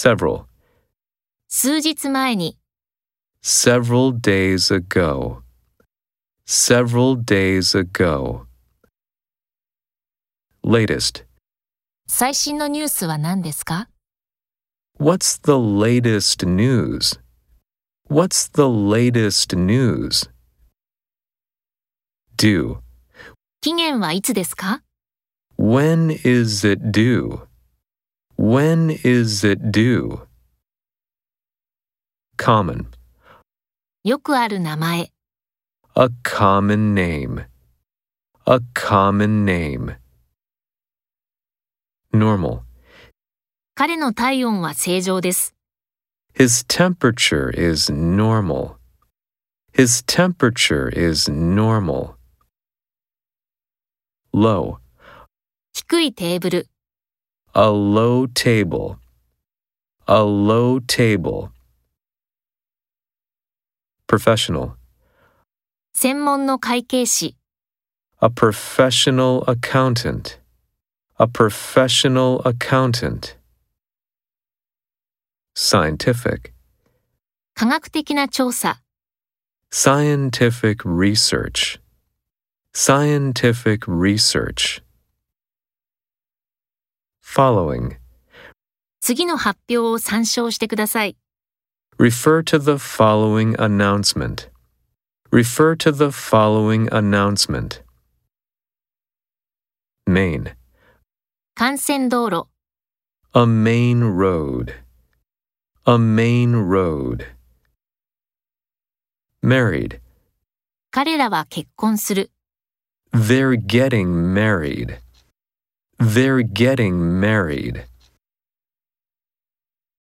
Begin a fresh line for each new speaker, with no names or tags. several,
数日前に、
several days ago, several days ago. Latest,
最新のニュースは何ですか
what's the latest news? What's the latest news? Due,
期限はいつですか
when is it due? When is it due? Common,
よくある名前、
A common name. A common name. Normal.
彼の体温は正常です。
His temperature is normal. His temperature is normal. Low.
低いテーブル、
A low table. A low table. Professional.
専門の会計士、
A professional accountant. A professional accountant. Scientific.
科学的な調査、
Scientific research. Scientific research. Following.
次の発表を参照してください。
Refer to the following announcement. Refer to the following announcement. Main.
幹線道路、
A main road. A main road. Married.
彼らは結婚する。
They're getting married. They're getting married.